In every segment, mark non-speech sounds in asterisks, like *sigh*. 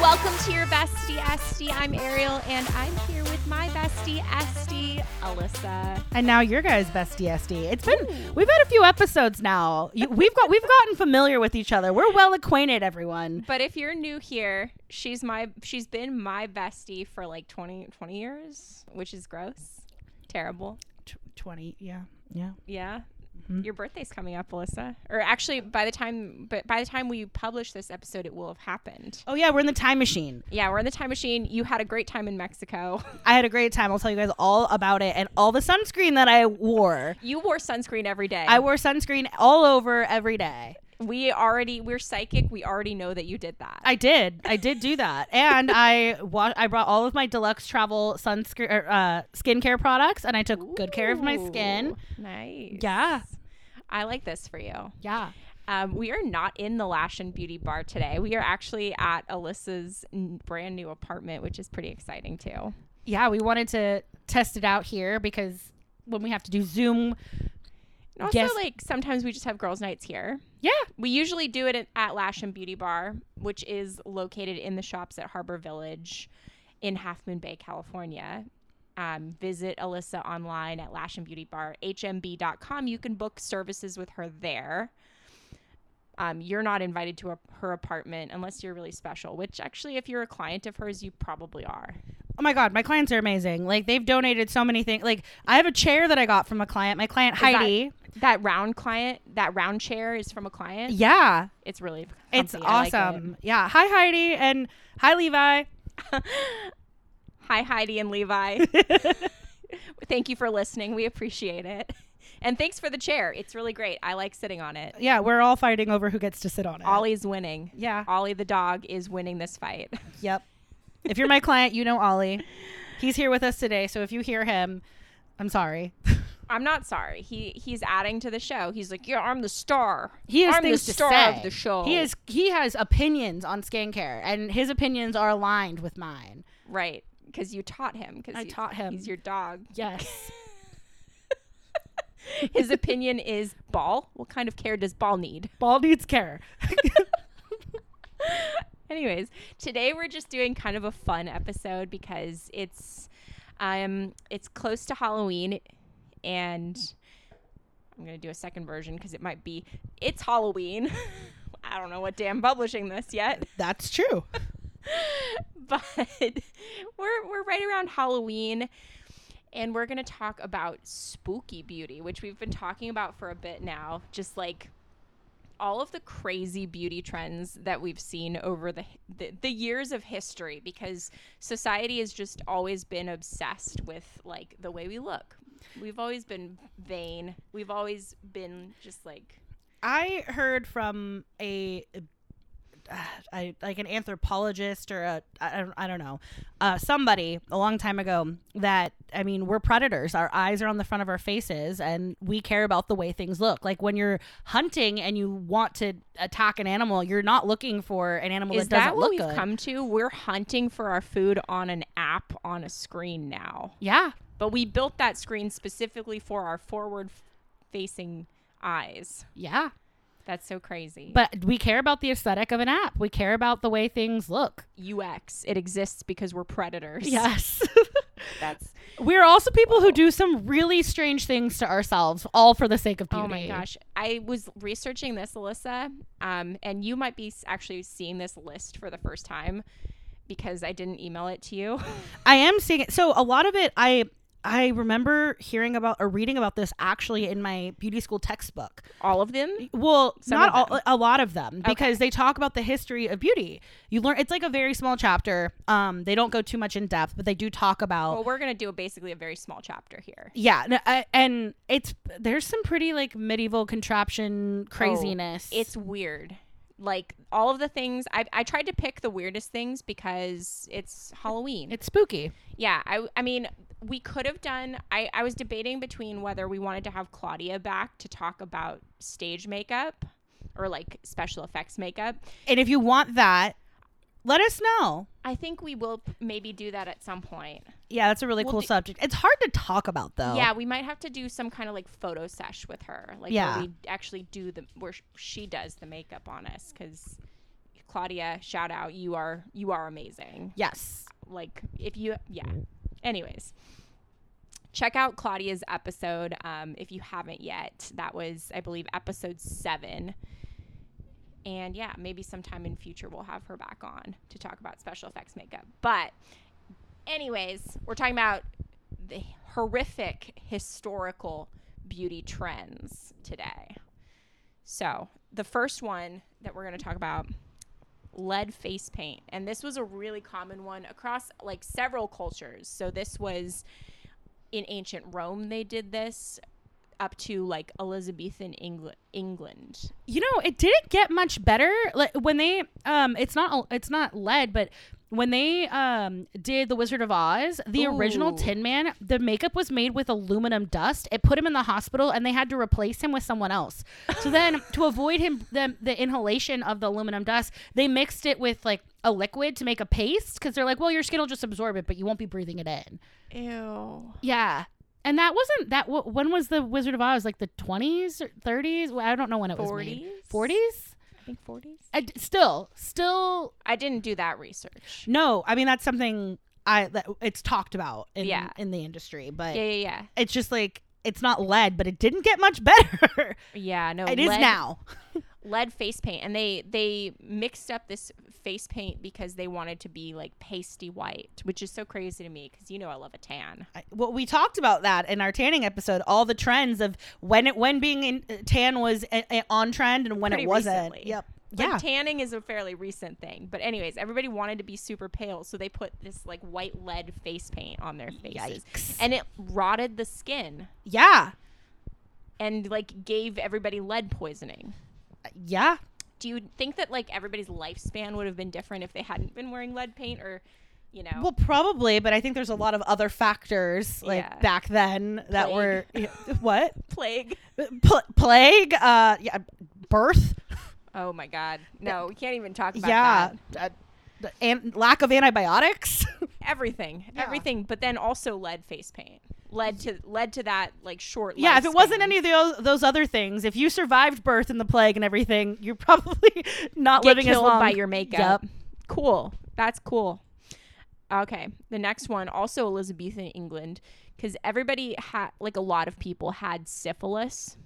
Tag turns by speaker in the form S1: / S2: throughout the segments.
S1: Welcome to your bestie, Esty. I'm Ariel, and I'm here with my bestie, Esty, Alyssa.
S2: And now your guys' bestie SD. It's been we've had a few episodes now. You, we've got we've gotten familiar with each other. We're well acquainted, everyone.
S1: But if you're new here, she's my she's been my bestie for like 20, 20 years, which is gross, terrible. Mm-hmm.
S2: Tw- Twenty, yeah, yeah.
S1: Yeah. Your birthday's coming up, Alyssa. Or actually, by the time but by the time we publish this episode, it will have happened.
S2: Oh yeah, we're in the time machine.
S1: Yeah, we're in the time machine. You had a great time in Mexico. *laughs*
S2: I had a great time. I'll tell you guys all about it and all the sunscreen that I wore.
S1: You wore sunscreen every day.
S2: I wore sunscreen all over every day.
S1: we already we're psychic. We already know that you did that.
S2: I did. I did do that, and I wa- I brought all of my deluxe travel sunscreen er, uh, skincare products, and I took good care of my skin.
S1: Ooh, Nice.
S2: Yeah,
S1: I like this for you.
S2: yeah.
S1: Um, we are not in the Lash and Beauty Bar today. We are actually at Alyssa's n- brand new apartment, which is pretty exciting too.
S2: yeah, we wanted to test it out here because when we have to do Zoom,
S1: And also,
S2: Yes.
S1: like sometimes we just have girls' nights here.
S2: yeah,
S1: We usually do it at- at Lash and Beauty Bar, which is located in the shops at Harbor Village in Half Moon Bay, California. Um, visit Alyssa online at Lash and Beauty Bar, hmb.com. You can book services with her there. Um, you're not invited to a, her apartment unless you're really special, which actually, if you're a client of hers, you probably are.
S2: oh my god, my clients are amazing. Like they've donated so many things. Like I have a chair that I got from a client. My client
S1: that-
S2: Heidi.
S1: That round client, that round chair is from a client.
S2: yeah,
S1: It's really
S2: it's
S1: comfy. I like it.
S2: awesome. Yeah, hi Heidi and hi Levi.
S1: *laughs* Hi, Heidi and
S2: *laughs*
S1: Levi. Thank you for listening. We appreciate it. *laughs* And thanks for the chair. It's really great. I like sitting on it.
S2: Yeah, we're all fighting over who gets to sit on it.
S1: Ollie's winning.
S2: Yeah.
S1: Ollie the dog is winning this fight. *laughs*
S2: Yep. If you're my client, you know Ollie. He's here with us today, so if you hear him, I'm sorry. *laughs*
S1: I'm not sorry. He he's adding to the show. He's like, "Yeah, I'm the star.
S2: He has
S1: I'm the
S2: things
S1: star
S2: to say.
S1: of the show."
S2: He is he has opinions on skincare, and his opinions are aligned with mine.
S1: right because you taught him. Because
S2: I taught him.
S1: He's your dog. *laughs*
S2: Yes.
S1: His opinion is ball. What kind of care does ball need?
S2: *laughs* Ball needs care. *laughs*
S1: *laughs* Anyways, today we're just doing kind of a fun episode because it's um it's close to Halloween and I'm going to do a second version because it might be it's Halloween. *laughs* I don't know what day I'm publishing this yet,
S2: That's true.
S1: *laughs* but we're we're right around Halloween and we're going to talk about spooky beauty, which we've been talking about for a bit now, just like all of the crazy beauty trends that we've seen over the, the the years of history because society has just always been obsessed with like the way we look. We've always been vain. We've always been just like
S2: I heard from a uh, I, like an anthropologist or a I, I don't- I don't know uh, somebody a long time ago that I mean we're predators our eyes are on the front of our faces and we care about the way things look like when you're hunting and you want to attack an animal you're not looking for an animal
S1: is
S2: that doesn't
S1: that
S2: look
S1: what we've
S2: good
S1: come to? We're hunting for our food on an app on a screen now.
S2: yeah
S1: But we built that screen specifically for our forward facing eyes.
S2: yeah
S1: That's so crazy.
S2: but we care about the aesthetic of an app we care about the way things look
S1: UX, it exists because we're predators.
S2: *laughs* yes
S1: *laughs* That's
S2: We're also people who do some really strange things to ourselves, all for the sake of
S1: *laughs*
S2: beauty.
S1: Oh my gosh. I was researching this, Alyssa, um, and you might be s- actually seeing this list for the first time because I didn't email it to you. *laughs*
S2: I am seeing it. So a lot of it, I I remember hearing about or reading about this actually in my beauty school textbook.
S1: All of them?
S2: Well,
S1: Some
S2: not
S1: of
S2: all, a lot of them because they talk about the history of beauty. You learn it's like a very small chapter. Um, they don't go too much in depth, but they do talk about.
S1: Well, we're going to do a, basically a very small chapter here.
S2: yeah, no, I, and it's there's some pretty like medieval contraption craziness.
S1: It's weird. Like all of the things, I, I tried to pick the weirdest things because it's Halloween.
S2: it's spooky.
S1: Yeah, I, I mean, we could have done. I, I was debating between whether we wanted to have Claudia back to talk about stage makeup or like special effects makeup.
S2: And if you want that, let us know.
S1: I think we will p- maybe do that at some point.
S2: Yeah, that's a really
S1: Well,
S2: cool
S1: the-
S2: subject. It's hard to talk about though.
S1: Yeah, we might have to do some kind of like photo sesh with her, like
S2: Yeah.
S1: where we actually do the where sh- she does the makeup on us because Claudia, shout out. You are you are amazing.
S2: Yes.
S1: Like if you yeah. Anyways, check out Claudia's episode um, if you haven't yet. That was I believe episode seven. And yeah, maybe sometime in future we'll have her back on to talk about special effects makeup. But anyways, we're talking about the horrific historical beauty trends today. So, the first one that we're going to talk about lead face paint. And this was a really common one across like several cultures. So, this was in ancient Rome, they did this up to like Elizabethan Engl- England.
S2: You know, it didn't get much better like when they um it's not it's not lead, but when they um did the Wizard of Oz, the original
S1: Ooh.
S2: Tin Man, the makeup was made with aluminum dust. It put him in the hospital and they had to replace him with someone else. So *laughs* then to avoid him the, the inhalation of the aluminum dust, they mixed it with like a liquid to make a paste cuz they're like, well, your skin will just absorb it, but you won't be breathing it in.
S1: Ew.
S2: Yeah. And that wasn't that. wh- When was the Wizard of Oz? Like the twenties or thirties? I don't know when it was made.
S1: 40s?
S2: Forties?
S1: I think 40s.
S2: Still, still.
S1: I didn't do that research.
S2: No, I mean that's something I that it's talked about in
S1: Yeah.
S2: in the industry, but
S1: Yeah, yeah, yeah.
S2: it's just like it's not lead, but it didn't get much *laughs* better.
S1: Yeah, no.
S2: it is
S1: lead-
S2: now.
S1: lead face paint and they they mixed up this face paint because they wanted to be like pasty white which is so crazy to me because you know i love a tan
S2: I- Well, we talked about that in our tanning episode. All the trends of when it when being in, uh, tan was a, a- on trend and when
S1: Pretty
S2: it wasn't.
S1: recently.
S2: Yep.
S1: like,
S2: yeah.
S1: tanning is a fairly recent thing but anyways everybody wanted to be super pale so they put this like white lead face paint on their faces
S2: Yikes.
S1: and it rotted the skin
S2: yeah.
S1: and like gave everybody lead poisoning
S2: Yeah.
S1: do you think that like everybody's lifespan would have been different if they hadn't been wearing lead paint or you know
S2: Well, probably, but I think there's a lot of other factors like
S1: Yeah.
S2: back then that
S1: Plague.
S2: were what *laughs*
S1: plague
S2: Pl- plague, uh, yeah, birth,
S1: oh my god no we can't even talk about
S2: yeah,
S1: that
S2: uh, the an- lack of antibiotics. *laughs*
S1: everything everything but then also lead face paint led to led to that like short
S2: yeah, if it wasn't
S1: lifespan.
S2: any of those, those other things, if you survived birth and the plague and everything, you're *laughs* probably not
S1: get
S2: living as
S1: killed
S2: long
S1: by your makeup
S2: Yep.
S1: cool that's cool okay the next one also elizabethan england because everybody had like a lot of people had syphilis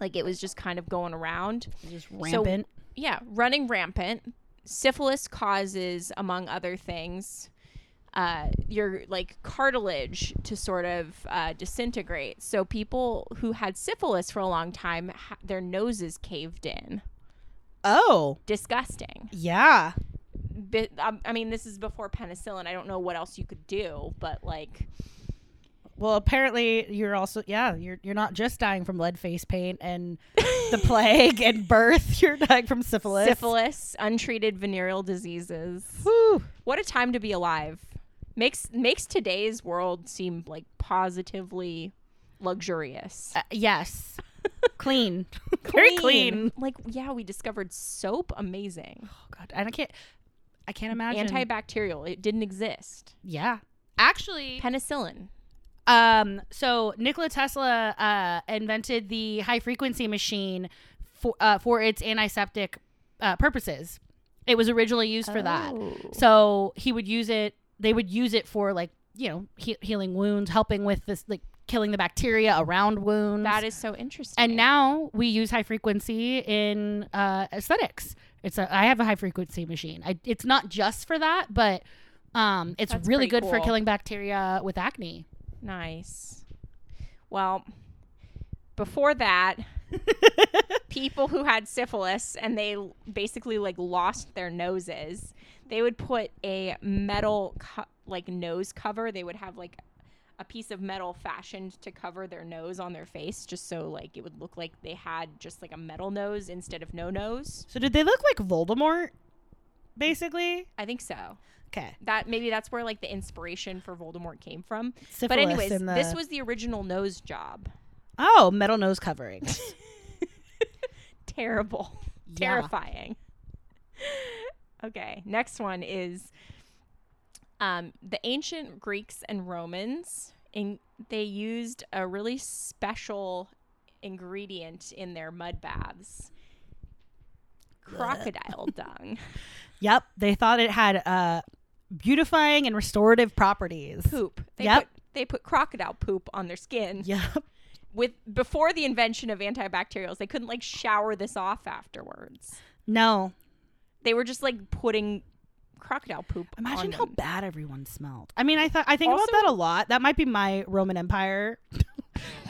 S1: like it was just kind of going around
S2: Just
S1: So-
S2: rampant.
S1: yeah, running rampant. Syphilis causes, among other things, uh, your like cartilage to sort of uh, disintegrate. So people who had syphilis for a long time, ha- their noses caved in.
S2: oh,
S1: Disgusting.
S2: yeah,
S1: Bi- um, I mean, this is before penicillin. I don't know what else you could do, but like,
S2: Well, apparently you're also yeah you're you're not just dying from lead face paint *laughs* and the plague and birth. *laughs* You're dying from syphilis.
S1: syphilis, untreated venereal diseases.
S2: Whew.
S1: What a time to be alive. Makes makes today's world seem like positively luxurious.
S2: Uh, yes. *laughs* clean. Very clean.
S1: Like yeah, we discovered soap amazing.
S2: Oh god, I don't- can't. I can't imagine.
S1: Antibacterial, it didn't exist.
S2: yeah. Actually,
S1: Penicillin.
S2: um, so Nikola Tesla uh, invented the high frequency machine for uh, for its antiseptic uh, purposes. It was originally used for that.
S1: Oh.
S2: So he would use it. They would use it for like you know he- healing wounds, helping with this like killing the bacteria around wounds.
S1: That is so interesting.
S2: and now we use high frequency in uh, aesthetics. It's a I have a high frequency machine. I, it's not just for that, but um, it's
S1: That's
S2: really
S1: pretty
S2: good for
S1: cool.
S2: killing bacteria with acne.
S1: nice. Well, before
S2: *laughs*
S1: that, people who had syphilis and they l- basically like lost their noses, they would put a metal co- like nose cover. They would have like a piece of metal fashioned to cover their nose on their face, just so like it would look like they had just like a metal nose instead of no nose.
S2: so did they look like Voldemort? Basically,
S1: I think so.
S2: okay.
S1: That maybe that's where like the inspiration for Voldemort came from.
S2: Syphilis
S1: but anyways,
S2: and the-
S1: this was the original nose job.
S2: Oh, metal nose covering. *laughs*
S1: Terrible. *laughs*
S2: Yeah.
S1: terrifying. *laughs* okay, next one is um, the ancient Greeks and Romans, and they used a really special ingredient in their mud baths
S2: *laughs*
S1: crocodile dung.
S2: Yep, they thought it had uh, beautifying and restorative properties.
S1: Poop. They
S2: Yep.
S1: put they put crocodile poop on their skin.
S2: Yep.
S1: With before the invention of antibacterials, they couldn't like shower this off afterwards.
S2: No.
S1: They were just like putting crocodile poop on
S2: Imagine how
S1: them.
S2: bad everyone smelled. Oh, I mean, I thought I think
S1: Also-
S2: about that a lot. That might be my Roman Empire.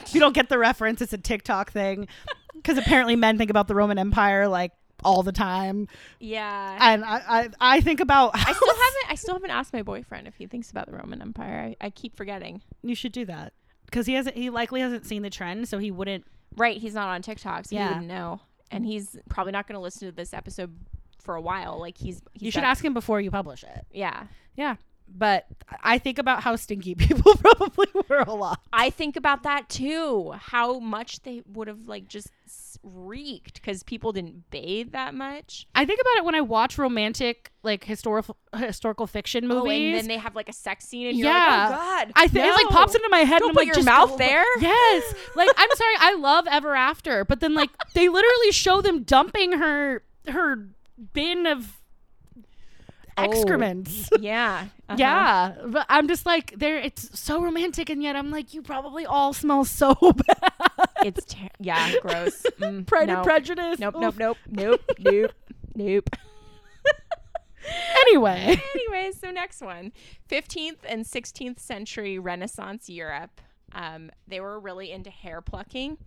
S2: if you don't get the reference, it's a TikTok thing. Because apparently, men think about the Roman Empire like all the time,
S1: Yeah.
S2: and I I, I think about.
S1: I
S2: *laughs*
S1: still haven't I still haven't asked my boyfriend if he thinks about the Roman Empire. I, I keep forgetting.
S2: You should do that because he hasn't. He likely hasn't seen the trend, so he wouldn't.
S1: Right, he's not on TikTok, so
S2: Yeah.
S1: he wouldn't know. And he's probably not gonna listen to this episode for a while. Like he's, he's
S2: you should
S1: got-
S2: ask him before you publish it.
S1: Yeah.
S2: Yeah, but I think about how stinky *laughs* people probably were a lot.
S1: I think about that too. How much they would have like just s- reeked because people didn't bathe that much.
S2: I think about it when I watch romantic, like historical historical fiction movies.
S1: Oh, and then they have like a sex scene, and you're
S2: Yeah.
S1: like, oh god,
S2: I think it like
S1: no."
S2: pops into my head.
S1: Don't
S2: and I'm
S1: put
S2: like,
S1: your
S2: just
S1: mouth
S2: go-
S1: there.
S2: *laughs* Yes, like I'm sorry, I love Ever After, but then like they literally show them dumping her her bin of
S1: Oh.
S2: *laughs* excrements.
S1: Yeah, uh-huh.
S2: Yeah, but I'm just like there. It's so romantic, and yet I'm like, you probably all smell so *laughs* bad.
S1: it's ter- yeah,
S2: *laughs*
S1: gross. Mm,
S2: Pride
S1: no.
S2: and Prejudice.
S1: Nope, nope,
S2: Oof.
S1: nope, nope, *laughs* nope, nope.
S2: Anyway,
S1: Anyway, so next one 15th and 16th century Renaissance Europe. Um, they were really into hair plucking.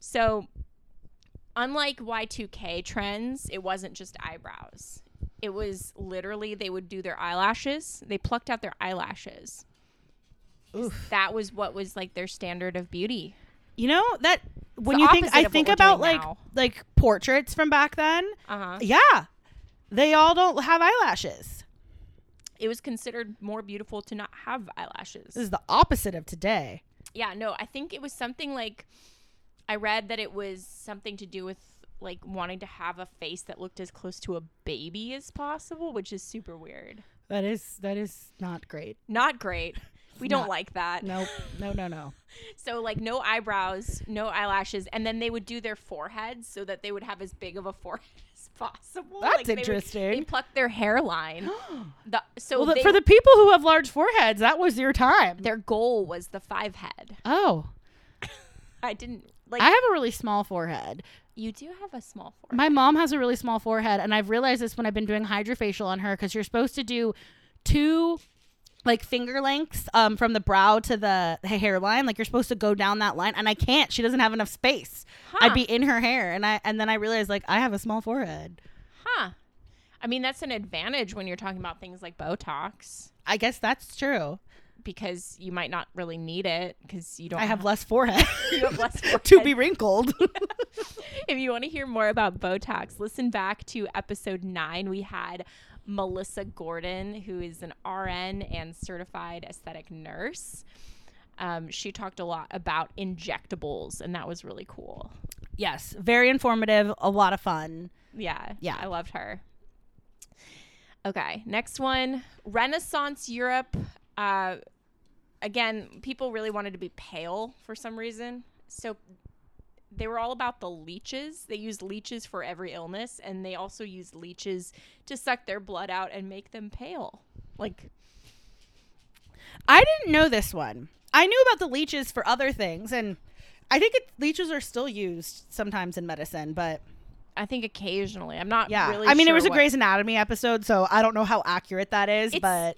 S1: So, unlike Y2K trends, it wasn't just eyebrows. It was literally they would do their eyelashes, they plucked out their eyelashes. 'Cause That was what was like their standard of beauty.
S2: you know that when
S1: the
S2: you think
S1: opposite
S2: I
S1: of what
S2: think
S1: we're
S2: about
S1: doing
S2: like
S1: now.
S2: like portraits from back then.
S1: Uh-huh.
S2: Yeah, they all don't have eyelashes.
S1: It was considered more beautiful to not have eyelashes.
S2: This is the opposite of today.
S1: yeah no i think it was something like i read that it was something to do with like wanting to have a face that looked as close to a baby as possible which is super weird
S2: That is that is not great.
S1: not great
S2: *laughs*
S1: we don't
S2: Not-
S1: like that
S2: Nope. No, no, no.
S1: so like no eyebrows no eyelashes and then they would do their foreheads so that they would have as big of a *laughs* forehead as possible
S2: That's
S1: Like, they would- they
S2: interesting.
S1: plucked their
S2: *gasps*
S1: hairline the, so
S2: Well, the,
S1: they-
S2: for the people who have large foreheads, that was your time.
S1: their goal was the five head
S2: Oh,
S1: i didn't like
S2: I have a really small forehead.
S1: you do have a small forehead
S2: My mom has a really small forehead, and I've realized this when I've been doing hydrofacial on her because you're supposed to do two like finger lengths um, from the brow to the ha- hairline. Like you're supposed to go down that line, and I can't. She doesn't have enough space.
S1: Huh.
S2: I'd be in her hair, and I and then I realized like I have a small forehead.
S1: Huh. I mean, that's an advantage when you're talking about things like Botox
S2: I guess that's true.
S1: because you might not really need it because you don't
S2: I have less forehead. *laughs*
S1: you have *laughs* less
S2: to
S1: forehead.
S2: be wrinkled. *laughs*
S1: If you want to hear more about Botox, listen back to episode nine. We had Melissa Gordon, who is an RN and certified aesthetic nurse. Um, she talked a lot about injectables, and that was really cool.
S2: yes, very informative, a lot of fun.
S1: Yeah.
S2: Yeah.
S1: I loved her. Okay. Next one Renaissance Europe. Uh, again, people really wanted to be pale for some reason. So they were all about the leeches. They used leeches for every illness, and they also used leeches to suck their blood out and make them pale. Like,
S2: I didn't know this one. I knew about the leeches for other things, and I think it, leeches are still used sometimes in medicine. But
S1: I think occasionally. I'm not
S2: yeah,
S1: really
S2: I mean,
S1: sure
S2: it was a
S1: what-
S2: Grey's Anatomy episode, so I don't know how accurate that is.
S1: It's-
S2: but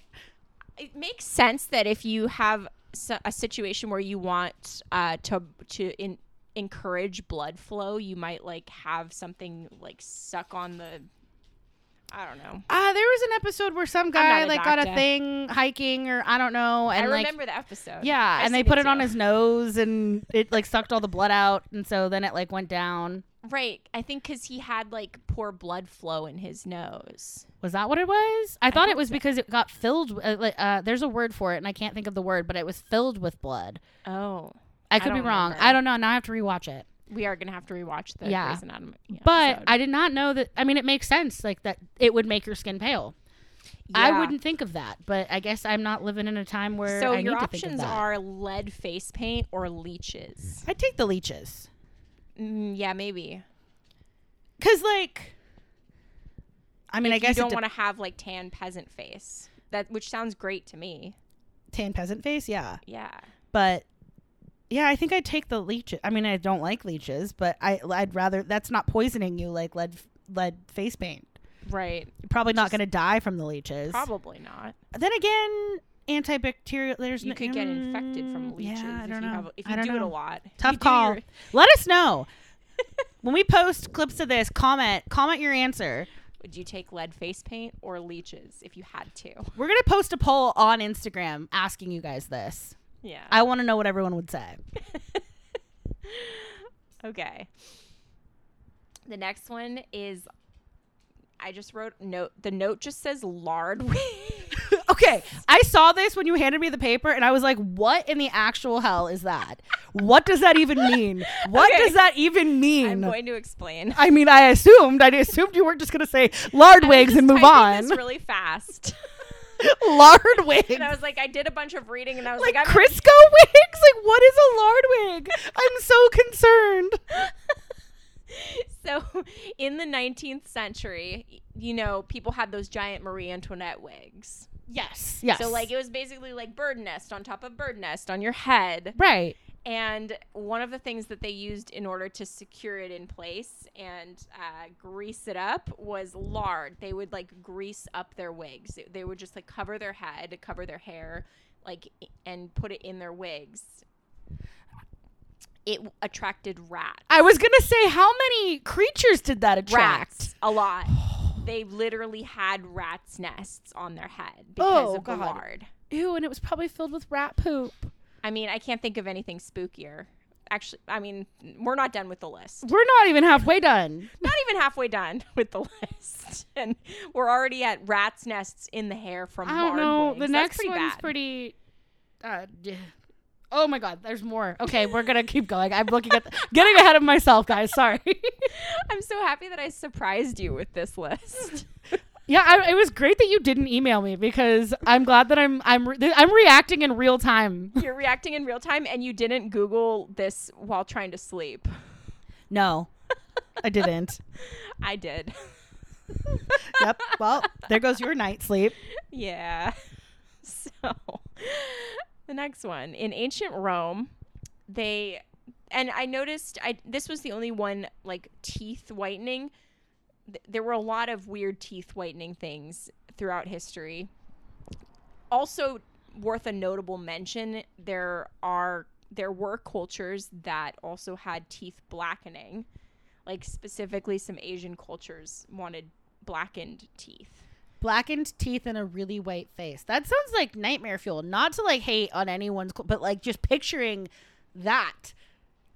S1: it makes sense that if you have s- a situation where you want uh, to to in, encourage blood flow, you might like have something like suck on the. I don't know.
S2: uh, there was an episode where some
S1: not
S2: guy
S1: a
S2: like got a
S1: doctor.
S2: thing hiking, or I don't know,
S1: I
S2: and like
S1: remember the episode.
S2: yeah,
S1: I've
S2: and they
S1: seen
S2: put it on
S1: too.
S2: his nose, and it like sucked all the blood out, and so then it like went down.
S1: right. I think because he had like poor blood flow in his nose.
S2: Was that what it was? I thought it was because it got filled. Uh, like, uh, there's a word for it, and I can't think of the word, but it was filled with blood.
S1: Oh,
S2: I could be
S1: don't
S2: wrong.
S1: remember.
S2: I don't know. Now I have to rewatch it.
S1: we are gonna have to rewatch the
S2: Yeah.
S1: Grey's Anatomy.
S2: But
S1: episode.
S2: I did not know that. I mean, it makes sense. Like that, it would make your skin pale.
S1: Yeah.
S2: I wouldn't think of that, but I guess I'm not living in a time where
S1: So
S2: I
S1: your
S2: need to think of
S1: options
S2: that.
S1: are lead face paint or leeches.
S2: I take the leeches
S1: Mm, yeah, maybe.
S2: because, like, I mean, I guess
S1: you
S2: it
S1: don't
S2: de-
S1: want to have like tan peasant face. That which sounds great to me.
S2: tan peasant face, yeah.
S1: Yeah.
S2: But yeah, I think I take the leeches. I mean, I don't like leeches, but I I'd rather that's not poisoning you like lead lead face paint.
S1: Right.
S2: You're probably not going to die from the leeches.
S1: Probably not.
S2: Then again, antibacterial. There's
S1: You
S2: n-
S1: could get infected
S2: Mm,
S1: from leeches
S2: yeah, I
S1: if
S2: don't
S1: you
S2: know.
S1: have if
S2: I
S1: you
S2: don't
S1: do it a
S2: know.
S1: lot. If
S2: Tough
S1: you do
S2: call.
S1: your-
S2: Let
S1: *laughs*
S2: us know. when we post clips of this, comment comment your answer.
S1: would you take lead face paint or leeches if you had to?
S2: We're gonna post a poll on Instagram asking you guys this.
S1: Yeah.
S2: I want to know what everyone would say. *laughs*
S1: Okay. The next one is I just wrote note. The note just says lard. *laughs*
S2: *laughs* okay, I saw this when you handed me the paper, and I was like, "What in the actual hell is that? What does that even
S1: *laughs*
S2: mean? What
S1: Okay.
S2: does that even
S1: I'm
S2: mean?"
S1: going to explain.
S2: I mean, I assumed. I assumed you weren't just gonna say *laughs* lard
S1: I was
S2: wigs
S1: just
S2: and move
S1: typing
S2: on.
S1: This really
S2: *laughs*
S1: fast.
S2: lard wigs,
S1: and I was like, I did a bunch of reading, and I was
S2: like
S1: like,
S2: Crisco *laughs*
S1: I'm
S2: wigs. Like, what is a lard wig? I'm so concerned.
S1: *laughs* So, in the 19th century, y- you know, people had those giant Marie Antoinette wigs.
S2: Yes, yes.
S1: So, like, it was basically like bird nest on top of bird nest on your head.
S2: right.
S1: And one of the things that they used in order to secure it in place and uh, grease it up was lard. They would like grease up their wigs. They- They would just like cover their head, cover their hair, like, i- and put it in their wigs. It w- attracted rats.
S2: I was gonna say, how many creatures did that attract?
S1: Rats a lot. They literally had rats' nests on their head because
S2: Oh,
S1: of the
S2: God.
S1: lard.
S2: Ew, and it was probably filled with rat poop.
S1: I mean, I can't think of anything spookier. Actually, I mean, we're not done with the list.
S2: *laughs* We're not even halfway done.
S1: not even halfway done *laughs* with the list, *laughs* and we're already at rats' nests in the hair from.
S2: I don't
S1: lard
S2: know.
S1: wigs.
S2: The
S1: That's
S2: next
S1: pretty
S2: one's
S1: bad.
S2: pretty. Uh, d- oh my God, there's more. Okay, we're gonna keep going. I'm looking at the, getting ahead of myself, guys. Sorry.
S1: *laughs*
S2: *laughs*
S1: I'm so happy that I surprised you with this
S2: *laughs*
S1: list.
S2: yeah, I, it was great that you didn't email me because I'm glad that I'm I'm re- I'm reacting in real time.
S1: You're reacting in real time, and you didn't Google this while trying to sleep.
S2: *laughs*
S1: *laughs*
S2: No, I didn't. *laughs*
S1: I did. *laughs*
S2: yep. Well, there goes your night sleep.
S1: Yeah. *laughs* So *laughs* the next one in ancient Rome, they and I noticed I this was the only one like teeth whitening. Th- There were a lot of weird teeth whitening things throughout history. Also worth a notable mention, there are there were cultures that also had teeth blackening. Like specifically some Asian cultures wanted blackened teeth.
S2: blackened teeth and a really white face. That sounds like nightmare fuel. Not to like hate on anyone's, cl- but like just picturing that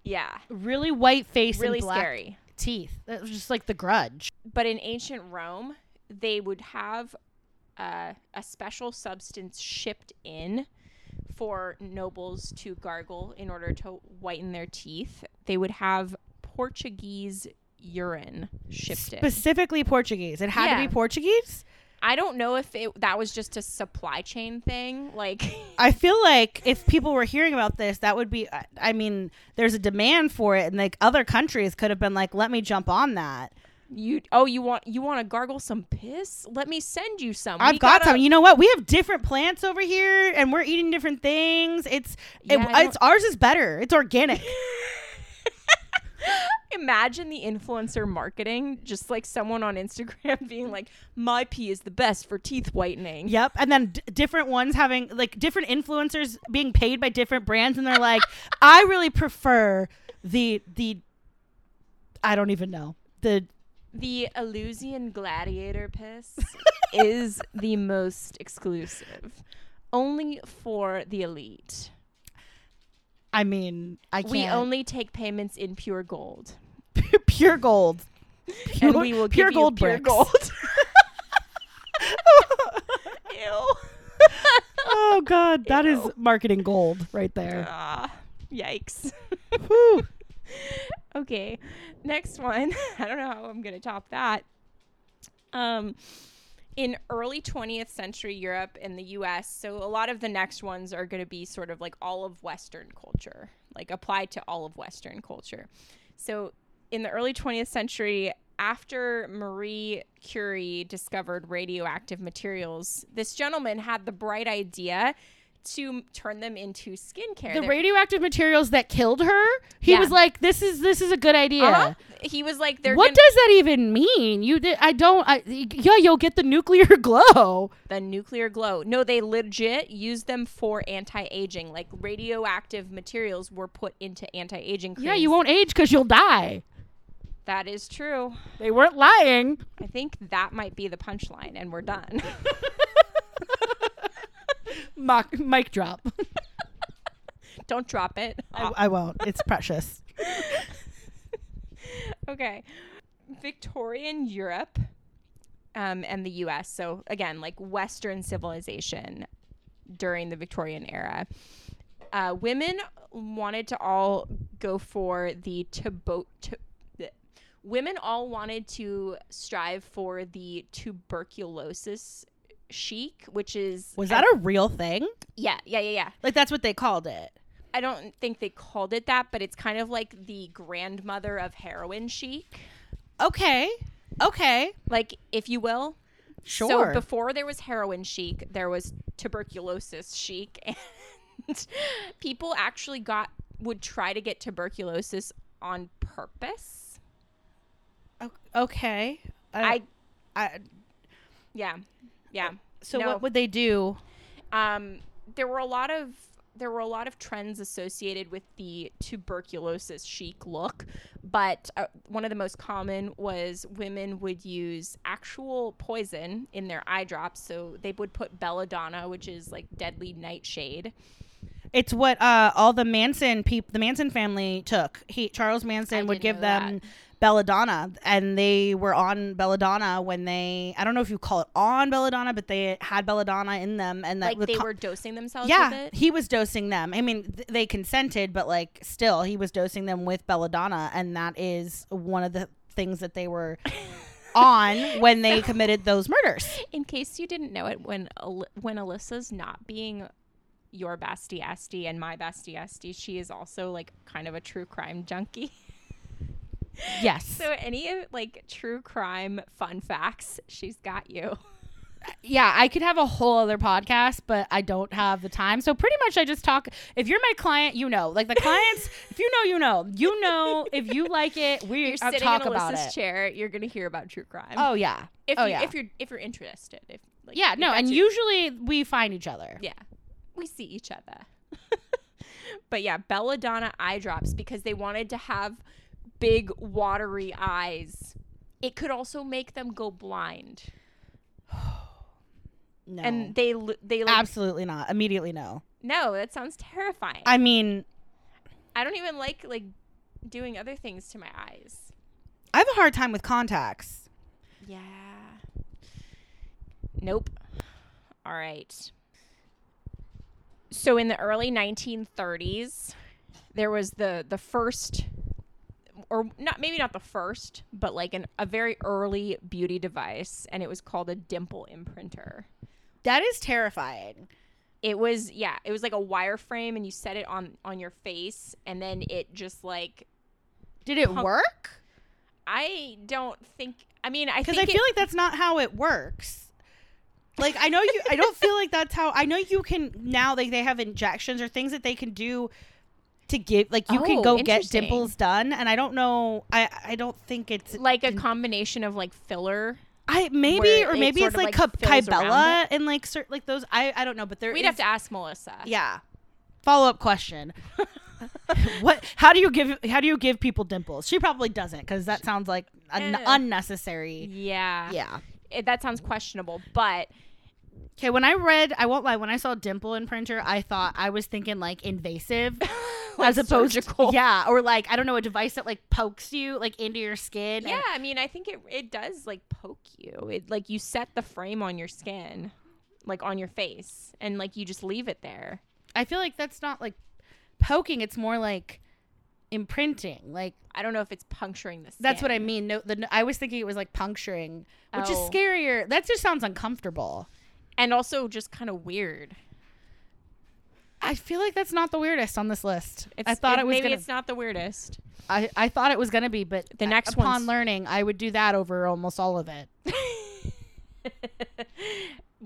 S1: Yeah.
S2: really white face,
S1: really
S2: and black
S1: scary.
S2: teeth. That was just like the Grudge.
S1: But in ancient Rome, they would have uh, a special substance shipped in for nobles to gargle in order to whiten their teeth. They would have Portuguese urine shipped in.
S2: Specifically Portuguese. It had to
S1: Yeah.
S2: be Portuguese.
S1: I don't know if it, that was just a supply chain thing. Like, *laughs*
S2: I feel like if people were hearing about this, that would be. I- I mean, there's a demand for it, and like other countries could have been like, "Let me jump on that."
S1: you oh you want you want to gargle some piss? Let me send you some.
S2: I've
S1: We
S2: got,
S1: gotta-
S2: some. You know what? We have different plants over here, and we're eating different things. It's it,
S1: Yeah, I
S2: it's ours is better. It's
S1: *laughs*
S2: organic.
S1: Imagine the influencer marketing, just like someone on Instagram *laughs* being like, "My pee is the best for teeth whitening."
S2: Yep. And then d- different ones having like different influencers being paid by different brands and
S1: *laughs*
S2: they're like, I really prefer the the I don't even know. The
S1: The Eleusian gladiator
S2: *laughs*
S1: piss is the most exclusive, only for the elite.
S2: I mean, I can't
S1: We only take payments in pure gold,
S2: *laughs* pure gold. Pure,
S1: and we will give
S2: pure
S1: you
S2: gold
S1: pure
S2: bricks.
S3: *laughs*
S2: *laughs*
S1: gold. Ew.
S2: oh god, that is marketing gold right there.
S1: Ah, yikes.
S2: *laughs* Whew.
S1: *laughs* Okay, next one. *laughs* I don't know how I'm gonna top that. Um, in early 20th century Europe and the U.S., so a lot of the next ones are gonna be sort of like all of Western culture, like applied to all of Western culture. So in the early 20th century, after Marie Curie discovered radioactive materials, this gentleman had the bright idea to m- turn them into skincare.
S3: The
S1: There-
S3: radioactive materials that killed her. He
S1: Yeah.
S3: was like, "This is this is a good idea."
S1: Uh-huh. He was like, "They're
S3: What
S1: gonna-
S3: does that even mean? You, di- I don't. I, yeah, you'll get the nuclear *laughs* glow.
S1: the nuclear glow." No, they legit used them for anti-aging. Like radioactive materials were put into anti-aging creams.
S3: Yeah, you won't age because you'll die.
S1: That is true.
S3: They weren't lying.
S1: *laughs* I think that might be the punchline, and
S3: *laughs*
S1: we're done.
S3: Mock, mic drop.
S1: Don't drop it.
S2: I, I won't. It's precious.
S1: Okay. Victorian Europe um, and the US. So, again, like Western civilization during the Victorian era. Uh, women wanted to all go for the tubo- tu- bleh. Women all wanted to strive for the tuberculosis chic, which is.
S2: Was that a real thing?
S1: Yeah, yeah, yeah, yeah.
S2: Like that's what they called it.
S1: I don't think they called it that, but it's kind of like the grandmother of heroin chic,
S2: Okay. Okay.
S1: like, if you will.
S2: Sure.
S1: So before there was heroin chic, there was tuberculosis chic, *laughs* and people actually got would try to get tuberculosis on purpose.
S2: O- okay. Uh,
S1: I
S2: I,
S1: yeah yeah.
S2: so
S1: No.
S2: what would they do?
S1: Um, there were a lot of there were a lot of trends associated with the tuberculosis chic look, but uh, one of the most common was women would use actual poison in their eye drops. So they would put belladonna, which is like deadly nightshade.
S2: It's what uh, all the Manson people, the Manson family took. He Charles Manson would
S1: didn't
S2: give
S1: know that.
S2: them belladonna, and they were on belladonna when they. I don't know if you call it on belladonna, but they had belladonna in them, and
S1: like
S2: that the
S1: they
S2: co-
S1: were dosing themselves with
S2: Yeah,
S1: it.
S2: he was dosing them. I mean, th- they consented, but like still, he was dosing them with belladonna, and that is one of the things that they
S3: *laughs*
S2: were on when they committed those murders.
S1: In case you didn't know it, when Al- when Alyssa's not being your bestie Esty and my bestie Esty, she is also like kind of a true crime junkie.
S3: Yes.
S1: So any uh, like true crime fun facts, she's got
S3: *laughs*
S1: you.
S3: yeah, I could have a whole other podcast, but I don't have the time. So pretty much I just talk if you're my client, you know. Like the
S2: *laughs*
S3: clients, if you know, you know. You know if you like it, we
S1: You're
S3: I'll
S1: sitting
S3: talk
S1: in
S3: about
S1: Alyssa's
S3: it.
S1: chair. You're gonna hear about true crime.
S3: Oh yeah.
S1: if
S3: oh
S1: you,
S3: yeah.
S1: if you're if you're interested. If like,
S3: yeah,
S1: we've
S3: no,
S1: got
S3: and *laughs*
S1: you-
S3: usually we find each other.
S1: Yeah. We see each other. *laughs* but yeah, belladonna eye drops because they wanted to have big watery eyes. It could also make them go blind.
S2: No,
S1: And they l- they like
S2: absolutely not. Immediately, no.
S1: no, that sounds terrifying. I,
S2: I mean,
S1: don't even like like doing other things to my eyes.
S2: I have a hard time with contacts.
S1: Yeah. Nope. All right. So in the early 1930s, there was the the first or not maybe not the first, but like an, a very early beauty device and it was called a dimple imprinter.
S2: That is terrifying.
S1: It was yeah, it was like a wireframe and you set it on on your face and then it just like
S3: Did it
S1: Punk-
S3: work?
S1: I don't think I mean, I
S2: Because
S1: think
S2: I
S1: it-
S2: feel like that's not how it works. Like I know you, I don't feel like that's how. I know you can now. Like they have injections or things that they can do to give. Like you
S1: Oh,
S2: can go get
S1: interesting.
S2: dimples done, and I don't know. I I don't think it's
S1: like a combination of like filler
S2: I maybe
S1: where
S2: or
S1: it
S2: maybe
S1: sort
S2: it's
S1: of,
S2: like,
S1: like,
S2: Ki-
S1: fills around
S2: Kybella and like certain like those. I I don't know, but there
S1: We'd
S2: is-
S1: have to ask Melissa.
S2: Yeah. Follow
S1: *laughs*
S2: up question. what? How do you give? How do you give people dimples? She probably doesn't because that sounds like an
S1: Eh.
S2: unnecessary.
S1: Yeah.
S2: Yeah.
S1: It, that sounds questionable,
S3: *laughs*
S1: but
S3: Okay, when I read, I won't lie, when I saw dimple imprinter, I thought I was thinking like
S1: *laughs*
S3: invasive as opposed *laughs*
S1: surgical.
S3: yeah, or like I don't know, a device that like pokes you like into your skin. and-
S1: yeah, I mean, I think it it does like poke you. It like you set the frame on your skin, like on your face, and like you just leave it there.
S3: I feel like that's not like poking, it's more like imprinting. Like
S1: I don't know if it's puncturing the skin.
S3: that's what I mean. No, the, I was thinking it was like puncturing, which is
S1: Oh.
S3: scarier. That just sounds uncomfortable.
S1: and also just kind of weird.
S3: I feel like that's not the weirdest on this list.
S1: It's,
S3: I thought it, was
S1: maybe
S3: gonna.
S1: it's not the weirdest. *laughs*
S3: I, I thought it was gonna be, but
S1: The
S3: I-
S1: next
S3: upon
S1: one's-
S3: learning, I would do that over almost all of it.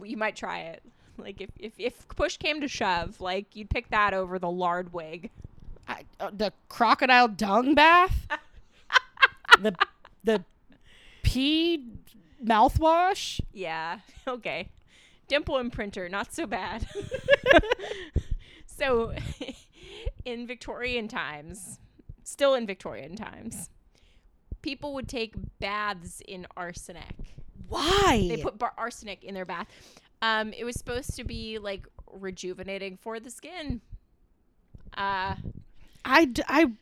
S1: you might try it. Like if, if if push came to shove, like you'd pick that over the lard wig.
S3: I, uh, the crocodile dung
S1: *laughs*
S3: bath, the the pee mouthwash.
S1: Yeah. *laughs* Okay. Dimple imprinter, not so bad. so, *laughs* in Victorian times, still in Victorian times, people would take baths in arsenic.
S2: Why?
S1: They put bar- arsenic in their bath. Um, it was supposed to be like rejuvenating for the skin, uh,
S2: I, d- I,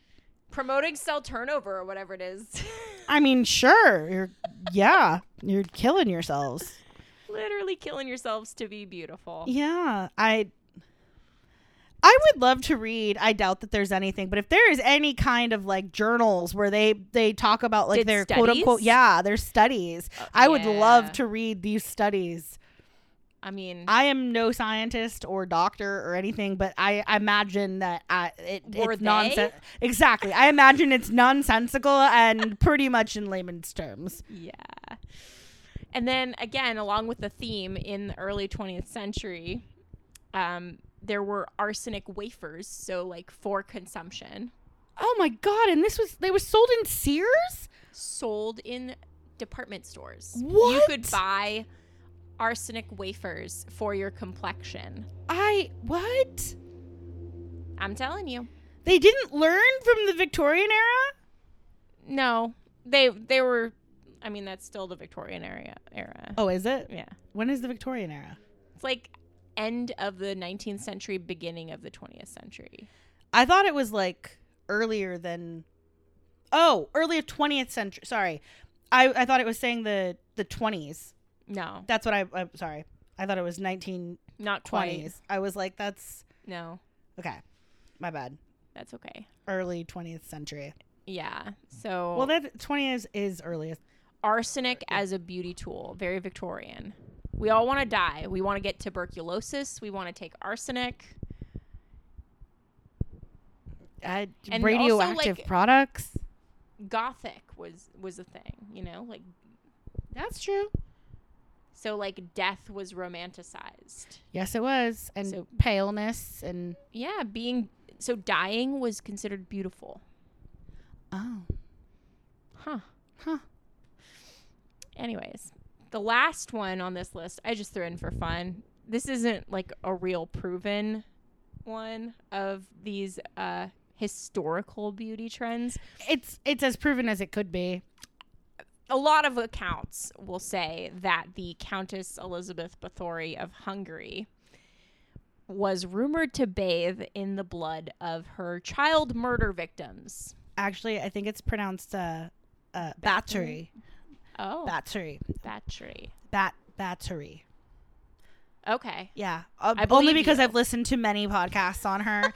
S1: promoting cell turnover or whatever it is. *laughs*
S2: I mean, sure. You're, yeah, you're killing yourselves.
S1: Literally killing yourselves to be beautiful.
S2: Yeah, I I would love to read. I doubt that there's anything, but if there is any kind of like journals where they they talk about like
S1: Did
S2: their quote unquote
S1: studies? Uh,
S2: yeah, their studies. I would love
S1: yeah.
S2: to read these studies.
S1: I mean,
S2: I am no scientist or doctor or anything, but I, I imagine that I, it,
S1: Were
S2: it's
S1: they?
S2: nonsense. Exactly. I imagine it's nonsensical and pretty much in layman's terms.
S1: Yeah. And then again, along with the theme in the early 20th century, um, there were arsenic wafers, so like for consumption,
S3: Oh my god! And this was they were sold in Sears.
S1: sold in department stores. You
S3: What?
S1: could buy arsenic wafers for your complexion.
S3: I what?
S1: I'm telling you.
S2: They didn't learn from the Victorian era?
S1: No, they they were. I mean, that's still the Victorian era. Era.
S2: Oh, is it?
S1: Yeah,
S2: When is the Victorian era?
S1: it's like end of the 19th century, beginning of the 20th century.
S2: I thought it was like earlier than Oh, earlier 20th century. Sorry. I, I thought it was saying the the 20s.
S1: No,
S2: That's what I I'm sorry. I thought it was 1920s.
S1: not quite.
S2: I was like that's
S1: No,
S2: okay. My bad.
S1: that's okay.
S2: Early 20th century.
S1: Yeah. So
S2: Well, that 20 is is earliest.
S1: arsenic as a beauty tool, very Victorian. We all want to die. We want to get tuberculosis. We want to take arsenic.
S3: Uh,
S1: And also,
S3: radioactive
S1: like-
S3: products.
S1: Gothic was was a thing, you know, like
S3: That's true.
S1: so like death was romanticized.
S3: Yes, it was, and
S1: So-
S3: paleness and
S1: Yeah, being so dying was considered beautiful.
S3: oh
S1: Huh.
S3: Huh.
S1: Anyways, the last one on this list I just threw in for fun. This isn't like a real proven one of these uh historical beauty trends.
S3: it's it's as proven as it could be.
S1: a lot of accounts will say that the Countess Elizabeth Bathory of Hungary was rumored to bathe in the blood of her child murder victims.
S2: Actually, I think it's pronounced uh, uh battery.
S1: Oh,
S2: Battery.
S1: battery.
S2: Bat battery.
S1: Okay.
S2: Yeah. Uh,
S1: I
S2: only
S1: believe
S2: because
S1: you.
S2: I've listened to many podcasts
S1: *laughs*
S2: on her.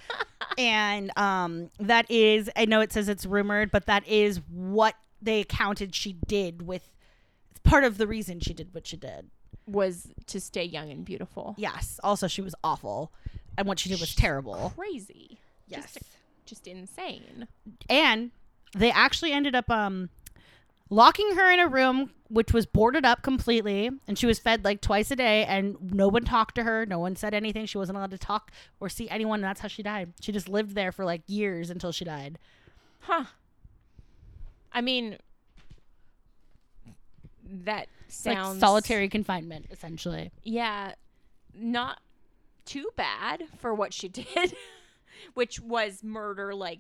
S2: and um, that is, I know it says it's rumored, but that is what they accounted she did with. It's part of the reason she did what she did.
S1: Was to stay young and beautiful.
S2: Yes. Also, she was awful. And what she did was terrible.
S1: Crazy.
S2: Yes.
S1: Just insane.
S2: And they actually ended up um, locking her in a room which was boarded up completely. And she was fed like twice a day. And no one talked to her. No one said anything. She wasn't allowed to talk or see anyone. And that's how she died. She just lived there for like years until she died.
S1: Huh. I mean, that
S3: It's like
S1: sounds
S3: solitary confinement, essentially.
S1: yeah, not too bad for what she *laughs* did, which was murder. Like,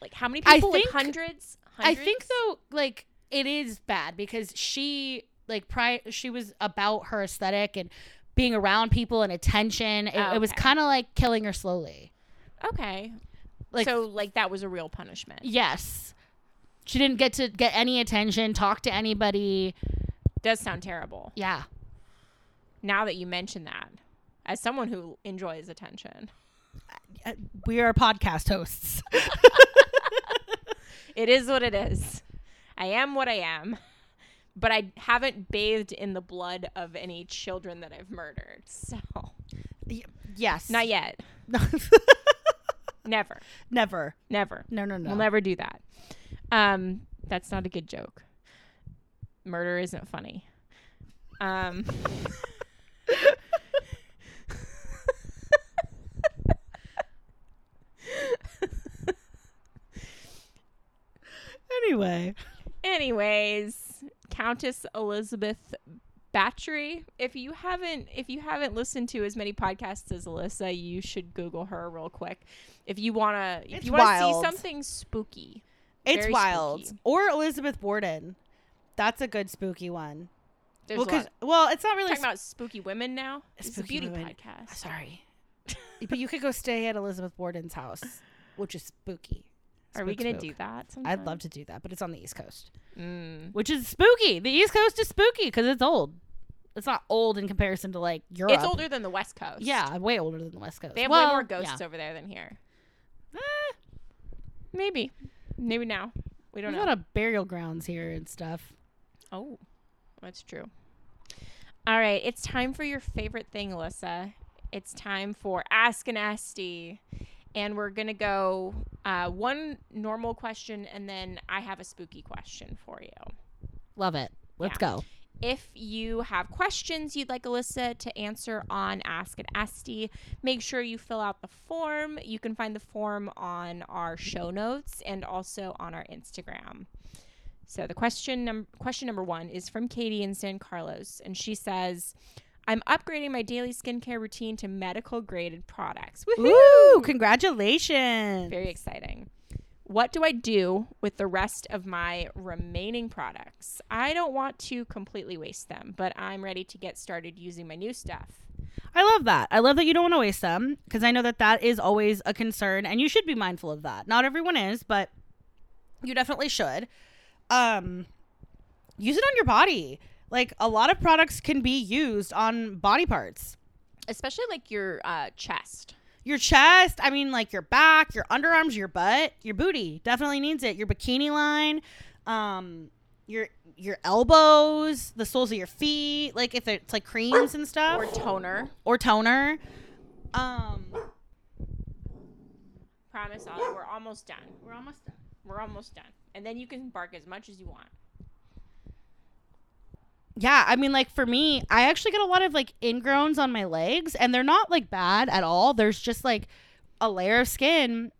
S1: like how many
S3: I
S1: people?
S3: think-
S1: like hundreds,
S3: I
S1: hundreds.
S3: think though, like it is bad because she like prior she was about her aesthetic and being around people and attention. It,
S1: Oh,
S3: it was
S1: okay.
S3: kind of like killing her slowly.
S1: Okay,
S3: Like
S1: so like that was a real punishment.
S3: yes, she didn't get to get any attention, talk to anybody.
S1: Does sound terrible.
S3: Yeah,
S1: Now that you mention that, as someone who enjoys attention,
S2: Uh, we are podcast hosts.
S1: it is what it is. I am what I am. But I haven't bathed in the blood of any children that I've murdered. So,
S2: yes.
S1: not yet. Never.
S2: *laughs* never.
S1: Never.
S2: No, no, no.
S1: We'll never do that. Um, that's not a good joke. Murder isn't funny. Um,
S2: Anyway,
S1: anyways, Countess Elizabeth Battery. If you haven't, if you haven't listened to as many podcasts as Alyssa, you should Google her real quick. If you wanna, if
S2: It's
S1: you wanna
S2: wild.
S1: see something spooky,
S2: it's
S1: Very
S2: wild.
S1: spooky.
S2: Or Elizabeth Borden. That's a good spooky one.
S1: there's
S2: well,
S1: a lot.
S2: because well, it's not really.
S1: talking about spooky women now. It's a
S2: Spooky
S1: beauty
S2: women.
S1: podcast.
S2: sp- Sorry, but you could go stay at Elizabeth Borden's house, which is spooky.
S1: Are we
S2: Spook,
S1: gonna
S2: spook.
S1: do that?
S2: I'd
S1: sometime?
S2: love to do that, but it's on the East Coast.
S1: Mm.
S3: which is spooky. The East Coast is spooky because it's old. It's not old in comparison to like Europe.
S1: It's older than the West Coast.
S3: Yeah, way older than the West Coast.
S1: They have
S3: well,
S1: way more
S3: yeah.
S1: ghosts over there than here.
S2: Eh,
S1: Maybe. Maybe now. We don't
S3: There's a
S1: know.
S3: lot of burial grounds here and stuff.
S1: oh, that's true. All right. It's time for your favorite thing, Alyssa. It's time for Ask an Esty. And we're going to go uh, one normal question, and then I have a spooky question for you.
S3: Love it. Let's go.
S1: If you have questions you'd like Alyssa to answer on Ask an Esty, make sure you fill out the form. You can find the form on our show notes and also on our Instagram. So the question num- question number one is from Katie in San Carlos, and she says, "I'm upgrading my daily skincare routine to medical graded products. Woohoo!
S2: Ooh, congratulations!
S1: Very exciting. What do I do with the rest of my remaining products? I don't want to completely waste them, but I'm ready to get started using my new stuff.
S2: I love that. I love that you don't want to waste them because I know that that is always a concern and you should be mindful of that. Not everyone is, but you definitely should. Um use it on your body. Like a lot of products can be used on body parts.
S1: Especially like your uh, chest.
S2: Your chest, I mean like your back, your underarms, your butt, your booty definitely needs it. Your bikini line, um your your elbows, the soles of your feet, like if it's like creams and stuff
S1: Or toner.
S2: or toner. Um
S1: Promise, Ollie, we're almost done.
S2: We're almost done.
S1: We're almost done. And then you can bark as much as you want.
S2: Yeah, I mean, like for me, I actually get a lot of like ingrowns on my legs, and they're not like bad at all. There's just like a layer of skin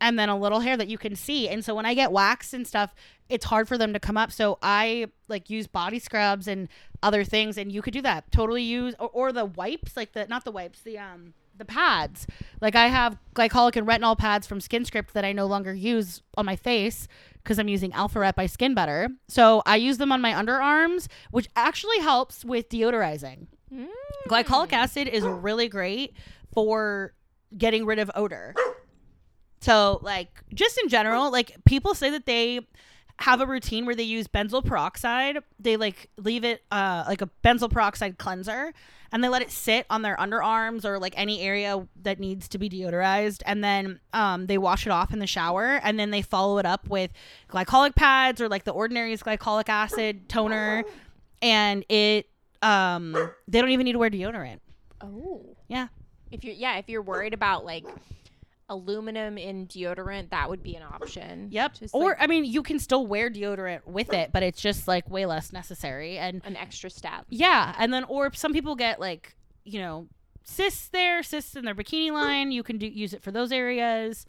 S2: and then a little hair that you can see. And so when I get waxed and stuff, it's hard for them to come up. So I like use body scrubs and other things, and you could do that. Totally use or, or the wipes, like the not the wipes, the um the pads. Like I have glycolic and retinol pads from SkinScript that I no longer use on my face because I'm using Alpha Rep by Skin Better. So I use them on my underarms, which actually helps with deodorizing.
S1: Hmm?
S2: Glycolic acid is really great for getting rid of odor. So, like, just in general, like, people say that they have a routine where they use benzoyl peroxide. They like leave it uh, like a benzoyl peroxide cleanser and they let it sit on their underarms or like any area that needs to be deodorized. And then um, they wash it off in the shower and then they follow it up with glycolic pads or like the ordinary's glycolic acid toner. And it, um, they don't even need to wear deodorant.
S1: Oh.
S2: Yeah.
S1: If you're yeah, if you're worried about like aluminum in deodorant, that would be an option.
S2: Yep.
S1: Just
S2: or
S1: like,
S2: I mean, you can still wear deodorant with it, but it's just like way less necessary. And
S1: an extra step.
S2: yeah, and then or some people get like you know cysts there, cysts in their bikini line. You can do use it for those areas.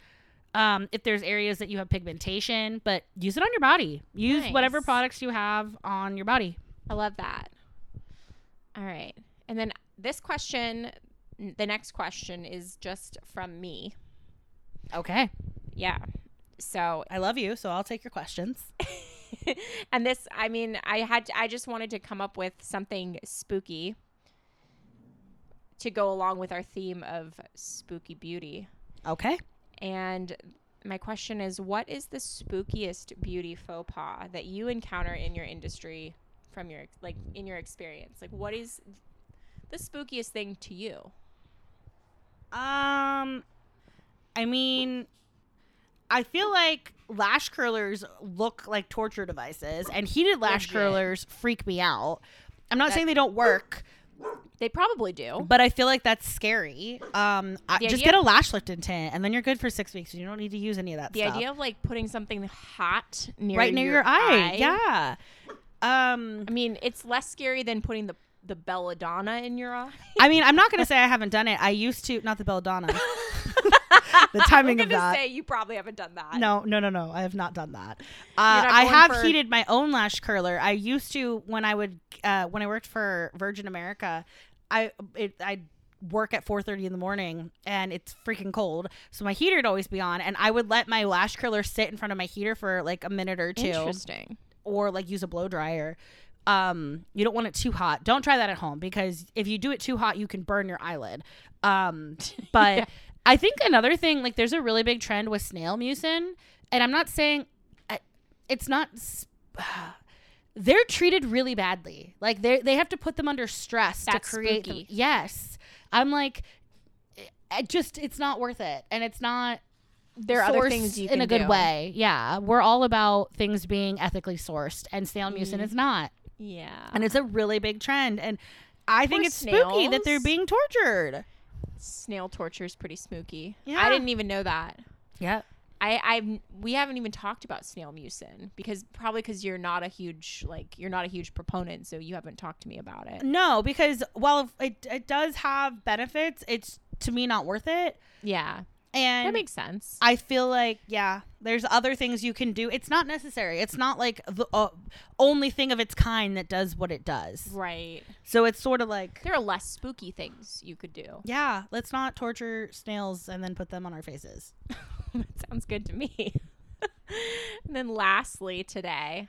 S2: Um, if there's areas that you have pigmentation, but use it on your body. Use whatever
S1: Nice.
S2: products you have on your body.
S1: I love that. All right. And then this question, n- the next question is just from me.
S2: Okay,
S1: Yeah. So,
S2: I love you, so I'll take your questions.
S1: and this, I mean, I had, I just wanted to come up with something spooky to go along with our theme of spooky beauty.
S2: Okay.
S1: And my question is what is the spookiest beauty faux pas that you encounter in your industry from your like in your experience? Like what is the spookiest thing to you?
S2: Um, I mean, I feel like lash curlers look like torture devices, and heated lash
S1: Legit.
S2: curlers freak me out. I'm not
S1: That-
S2: saying they don't work,
S1: They probably do.
S2: But I feel like that's scary. Um, I,
S1: The
S2: just
S1: idea-
S2: get a lash lift intent, and then you're good for six weeks. and You don't need to use any of that
S1: The
S2: stuff.
S1: idea of like putting something hot near
S2: right near your, eye. Yeah. Um,
S1: I mean, it's less scary than putting the the belladonna in your
S2: *laughs*
S1: eye.
S2: I mean, I'm not gonna say I haven't done it. I used to, not
S1: *laughs*
S2: the belladonna. *laughs* the timing
S1: I'm
S2: of
S1: gonna
S2: that.
S1: say you probably haven't done that.
S2: No, no, no, no. I have not done that.
S1: You're
S2: Uh,
S1: not
S2: I
S1: going
S2: have
S1: for-
S2: heated my own lash curler. I used to when I would uh, when I worked for Virgin America. I it I work at 4:30 in the morning and it's freaking cold, so my heater would always be on, and I would let my lash curler sit in front of my heater for like a minute or two,
S1: Interesting.
S2: or like use a blow dryer. Um, you don't want it too hot. Don't try that at home because if you do it too hot, you can burn your eyelid.
S1: *laughs*
S2: Um,
S3: But I think another thing, like, there's a really big trend with snail mucin, and I'm not saying I- it's not. s- *sighs* They're treated really badly. Like they they have to put them under stress
S1: That's
S3: to create.
S1: spooky.
S3: Them. Yes, I'm like, eh, I just it's not worth it, and it's not
S1: There are other
S3: sourced
S1: things you
S3: in
S1: can
S3: a good
S1: do.
S3: way. Yeah, we're all about things being ethically sourced, and snail
S1: Mm-hmm.
S3: mucin is not.
S1: Yeah.
S2: and it's a really big trend, and I think
S1: Poor
S2: it's spooky that they're
S1: snails.
S2: being tortured.
S1: Snail torture is pretty spooky.
S2: Yeah.
S1: I didn't even know that.
S2: Yeah.
S1: I I we haven't even talked about snail mucin because probably because you're not a huge like you're not a huge proponent, so you haven't talked to me about it.
S2: No, because while it, it does have benefits, it's to me not worth it.
S1: Yeah,
S2: And
S1: that makes sense.
S2: I feel like yeah, there's other things you can do. It's not necessary. It's not like the uh, only thing of its kind that does what it does.
S1: right.
S2: So it's sort of like
S1: There are less spooky things you could do.
S2: yeah, let's not torture snails and then put them on our faces.
S1: *laughs* that sounds good to me. *laughs* and then lastly today,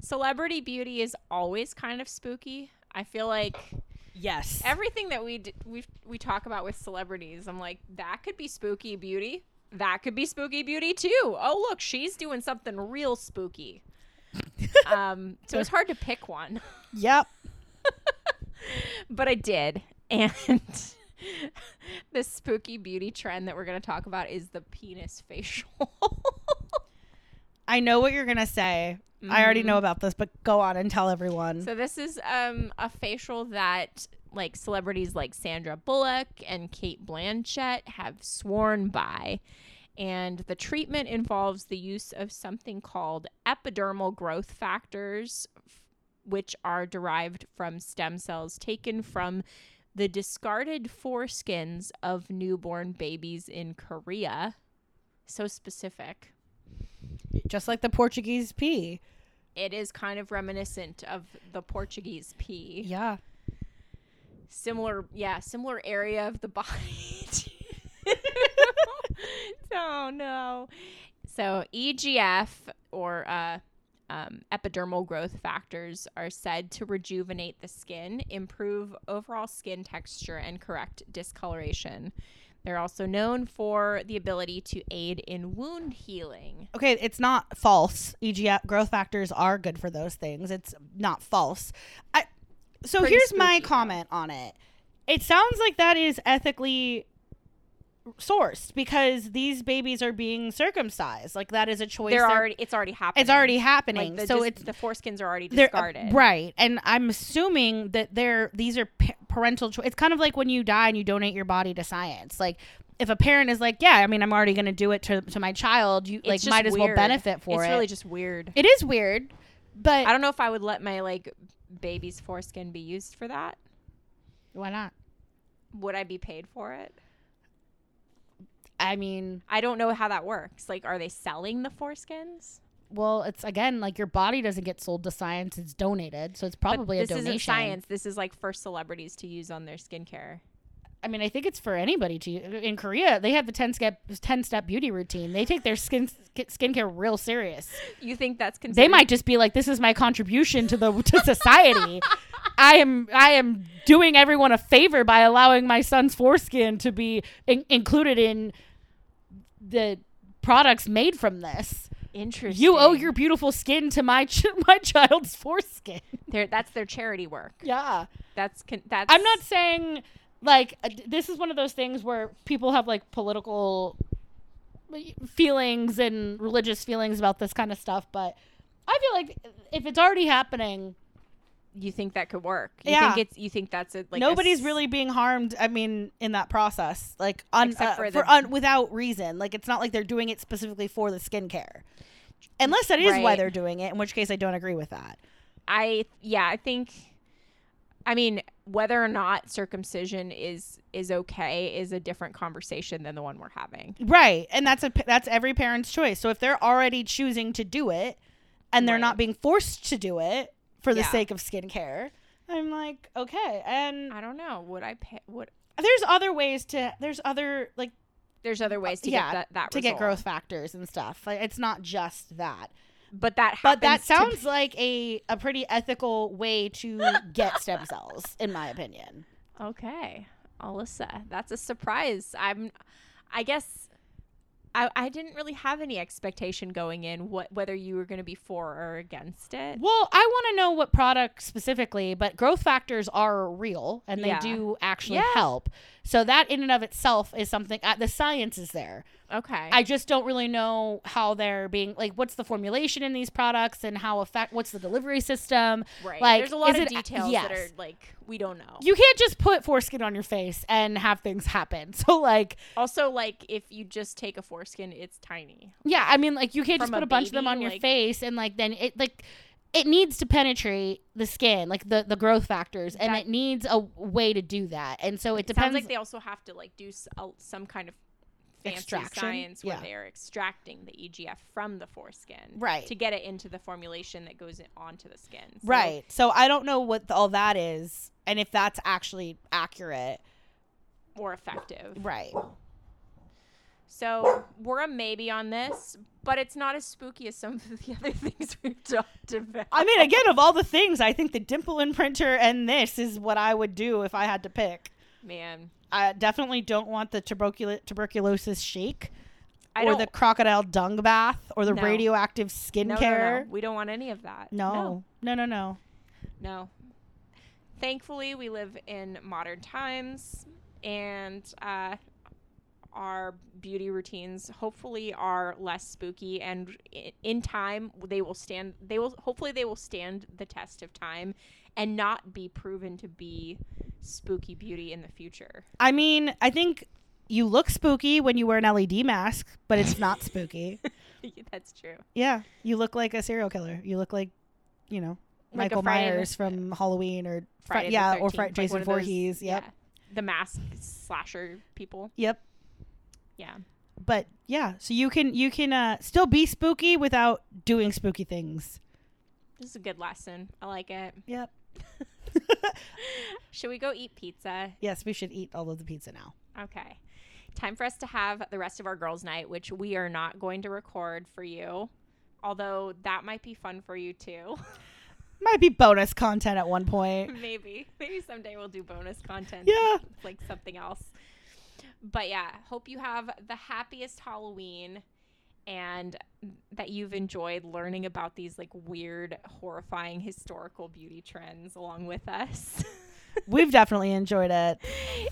S1: celebrity beauty is always kind of spooky. I feel like
S2: Yes.
S1: everything that we d- we we talk about with celebrities, I'm like that could be spooky beauty. That could be spooky beauty too. Oh look, she's doing something real *laughs* spooky. um, so it's hard to pick one,
S2: yep.
S1: but I did. And *laughs* this spooky beauty trend that we're going to talk about is the penis facial. *laughs*
S2: I know what you're going to say. I already know about this, but go on and tell everyone.
S1: Mm-hmm. So this is um, a facial that like celebrities like Sandra Bullock and Kate Blanchett have sworn by. And the treatment involves the use of something called epidermal growth factors, f- which are derived from stem cells taken from the discarded foreskins of newborn babies in Korea. So specific.
S2: Just like the Portuguese pea.
S1: It is kind of reminiscent of the Portuguese pea.
S2: Yeah.
S1: similar yeah similar area of the *laughs* body oh no so egf or uh, um, epidermal growth factors are said to rejuvenate the skin improve overall skin texture and correct discoloration they're also known for the ability to aid in wound healing
S2: okay, it's not false. EGF growth factors are good for those things. It's not false. I so
S1: Pretty
S2: here's my
S1: spooky, though.
S2: comment on it. It sounds like that is ethically sourced because these babies are being circumcised. Like that is a choice.
S1: they're
S2: that-
S1: already it's already happening
S2: it's already
S1: Like,
S2: happening.
S1: the
S2: so
S1: dis-
S2: it's
S1: the foreskins are already
S2: they're- uh,
S1: discarded
S2: right and i'm assuming that they're these are pa- parental choice it's kind of like when you die and you donate your body to science like if a parent is like yeah i mean i'm already going to do it to, to my child you
S1: It's
S2: like
S1: just
S2: might as well
S1: weird.
S2: benefit for
S1: it's
S2: it
S1: really just weird
S2: it is weird but
S1: I don't know if I would let my like baby's foreskin be used for that.
S2: why not
S1: Would I be paid for it?
S3: I mean,
S1: I don't know how that works. Like, are they selling the foreskins?
S3: well, it's again like your body doesn't get sold to science; it's donated, so it's probably
S1: this
S3: a donation.
S1: isn't science. This is like for celebrities to use on their skincare.
S3: I mean, I think it's for anybody to in Korea. They have the 10 step 10 step beauty routine. They take their skin skincare real serious.
S1: You think that's considered?
S3: They might just be like this is my contribution to the to society. I am I am doing everyone a favor by allowing my son's foreskin to be in- included in the products made from this.
S1: Interesting.
S3: You owe your beautiful skin to my ch- *laughs* my child's foreskin.
S1: Their, that's their charity work.
S3: Yeah.
S1: That's con- that's.
S3: I'm not saying like uh, d- this is one of those things where people have like political uh, feelings and religious feelings about this kind of stuff, but I feel like if it's already happening,
S1: you think that could work. You
S2: Yeah.
S1: think it's you think that's a like a
S2: Nobody's
S1: s-
S2: really being harmed. I mean, in that process, like un,
S1: Except
S2: uh,
S1: for
S2: for,
S1: the-
S2: un, without reason. Like it's not like they're doing it specifically for the skincare, unless that is why
S1: Right.
S2: they're doing it. In which case, I don't agree with that.
S1: I yeah, I think I mean, whether or not circumcision is is okay is a different conversation than the one we're having.
S2: Right, and that's a p- that's every parent's choice. So if they're already choosing to do it, and they're not
S1: Right.
S2: being forced to do it for the
S1: Yeah.
S2: sake of skincare, I'm like, okay. And
S1: I don't know. Would I pay would
S2: there's other ways to there's other like
S1: there's other ways to get
S2: yeah
S1: that, that
S2: to
S1: result.
S2: get growth factors and stuff. Like it's not just that.
S1: But that
S2: But that
S1: happens to
S2: sounds like a a pretty ethical way to get stem cells, in my opinion.
S1: Okay. Alyssa, that's a surprise. I'm I guess I, I didn't really have any expectation going in what whether you were going to be for or against it.
S3: Well, I want to know what product specifically, but growth factors are real and they
S1: Yeah.
S3: do actually
S1: Yeah.
S3: help. So that in and of itself is something uh, the science is there.
S1: Okay.
S3: I just don't really know how they're being like what's the formulation in these products and how effect what's the delivery system.
S1: right.
S3: like,
S1: There's a lot
S3: is
S1: of
S3: it-
S1: details that
S3: yes.
S1: are like we don't know.
S3: You can't just put foreskin on your face and have things happen. *laughs* So like,
S1: also like if you just take a foreskin, it's tiny.
S3: yeah, I mean like you can't just
S1: From a
S3: put a bunch of them
S1: baby,
S3: on your
S1: like-
S3: face and like then it like it needs to penetrate the skin, like the the growth factors, and
S1: That-
S3: it needs a way to do that. And so it
S1: It
S3: depends
S1: sounds like they also have to like do s- a- some kind of fancy
S2: Extraction?
S1: science where
S2: Yeah.
S1: they are extracting the EGF from the foreskin
S2: Right.
S1: to get it into the formulation that goes in- onto the skin. So
S2: Right. So I don't know what all that is and if that's actually accurate.
S1: More effective.
S2: Right.
S1: So we're a maybe on this, but it's not as spooky as some *laughs* of the other things we've talked about.
S2: I mean, again, of all the things, I think the dimple imprinter and this is what I would do if I had to pick.
S1: man,
S2: I definitely don't want the tubercul- tuberculosis shake
S1: I
S2: or
S1: don't.
S2: the crocodile dung bath or the
S1: No.
S2: radioactive
S1: no, no, no,
S2: skincare.
S1: we don't want any of that.
S2: No. No, no, no.
S1: No. Thankfully, we live in modern times and uh, our beauty routines hopefully are less spooky and i- in time they will stand they will hopefully they will stand the test of time and not be proven to be spooky beauty in the future.
S2: I mean, I think you look spooky when you wear an LED mask, but
S1: *laughs*
S2: it's not spooky.
S1: *laughs* That's true.
S2: Yeah, you look like a serial killer. You look like, you know,
S1: Like a
S2: Michael
S1: Friday the-
S2: Myers from Halloween or Fri-
S1: Friday the
S2: yeah, or
S1: 13th, like
S2: Fri-
S1: one
S2: Jason
S1: of those-
S2: Voorhees. Yep,
S1: yeah, The mask slasher people.
S2: yep.
S1: Yeah.
S2: But yeah, so you can you can uh, still be spooky without doing spooky things.
S1: This is a good lesson. I like it.
S2: Yep.
S1: Should we go eat pizza?
S2: *laughs* yes, we should eat all of the pizza now.
S1: Okay. Time for us to have the rest of our girls' night, which we are not going to record for you, although that might be fun for you too. *laughs*
S2: Might be bonus content at one point.
S1: maybe. Maybe someday we'll do bonus content.
S2: Yeah.
S1: It's like something else. But yeah, hope you have the happiest Halloween and that you've enjoyed learning about these like weird, horrifying historical beauty trends along with us. *laughs*
S2: We've definitely enjoyed it.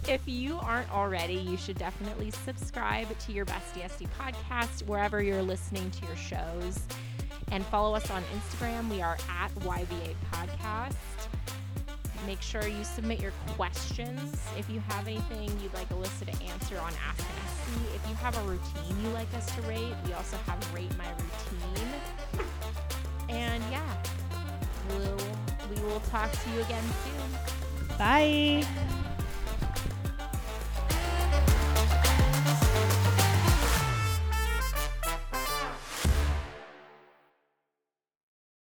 S1: If you aren't already, you should definitely subscribe to your Best ESD podcast wherever you're listening to your shows. And follow us on Instagram. We are at YVA Podcast. Make sure you submit your questions. If you have anything you'd like Alyssa to answer on Ask NSC, if you have a routine you like us to rate, we also have Rate My Routine. And yeah, we'll, we will talk to you again soon.
S2: Bye.
S1: Bye.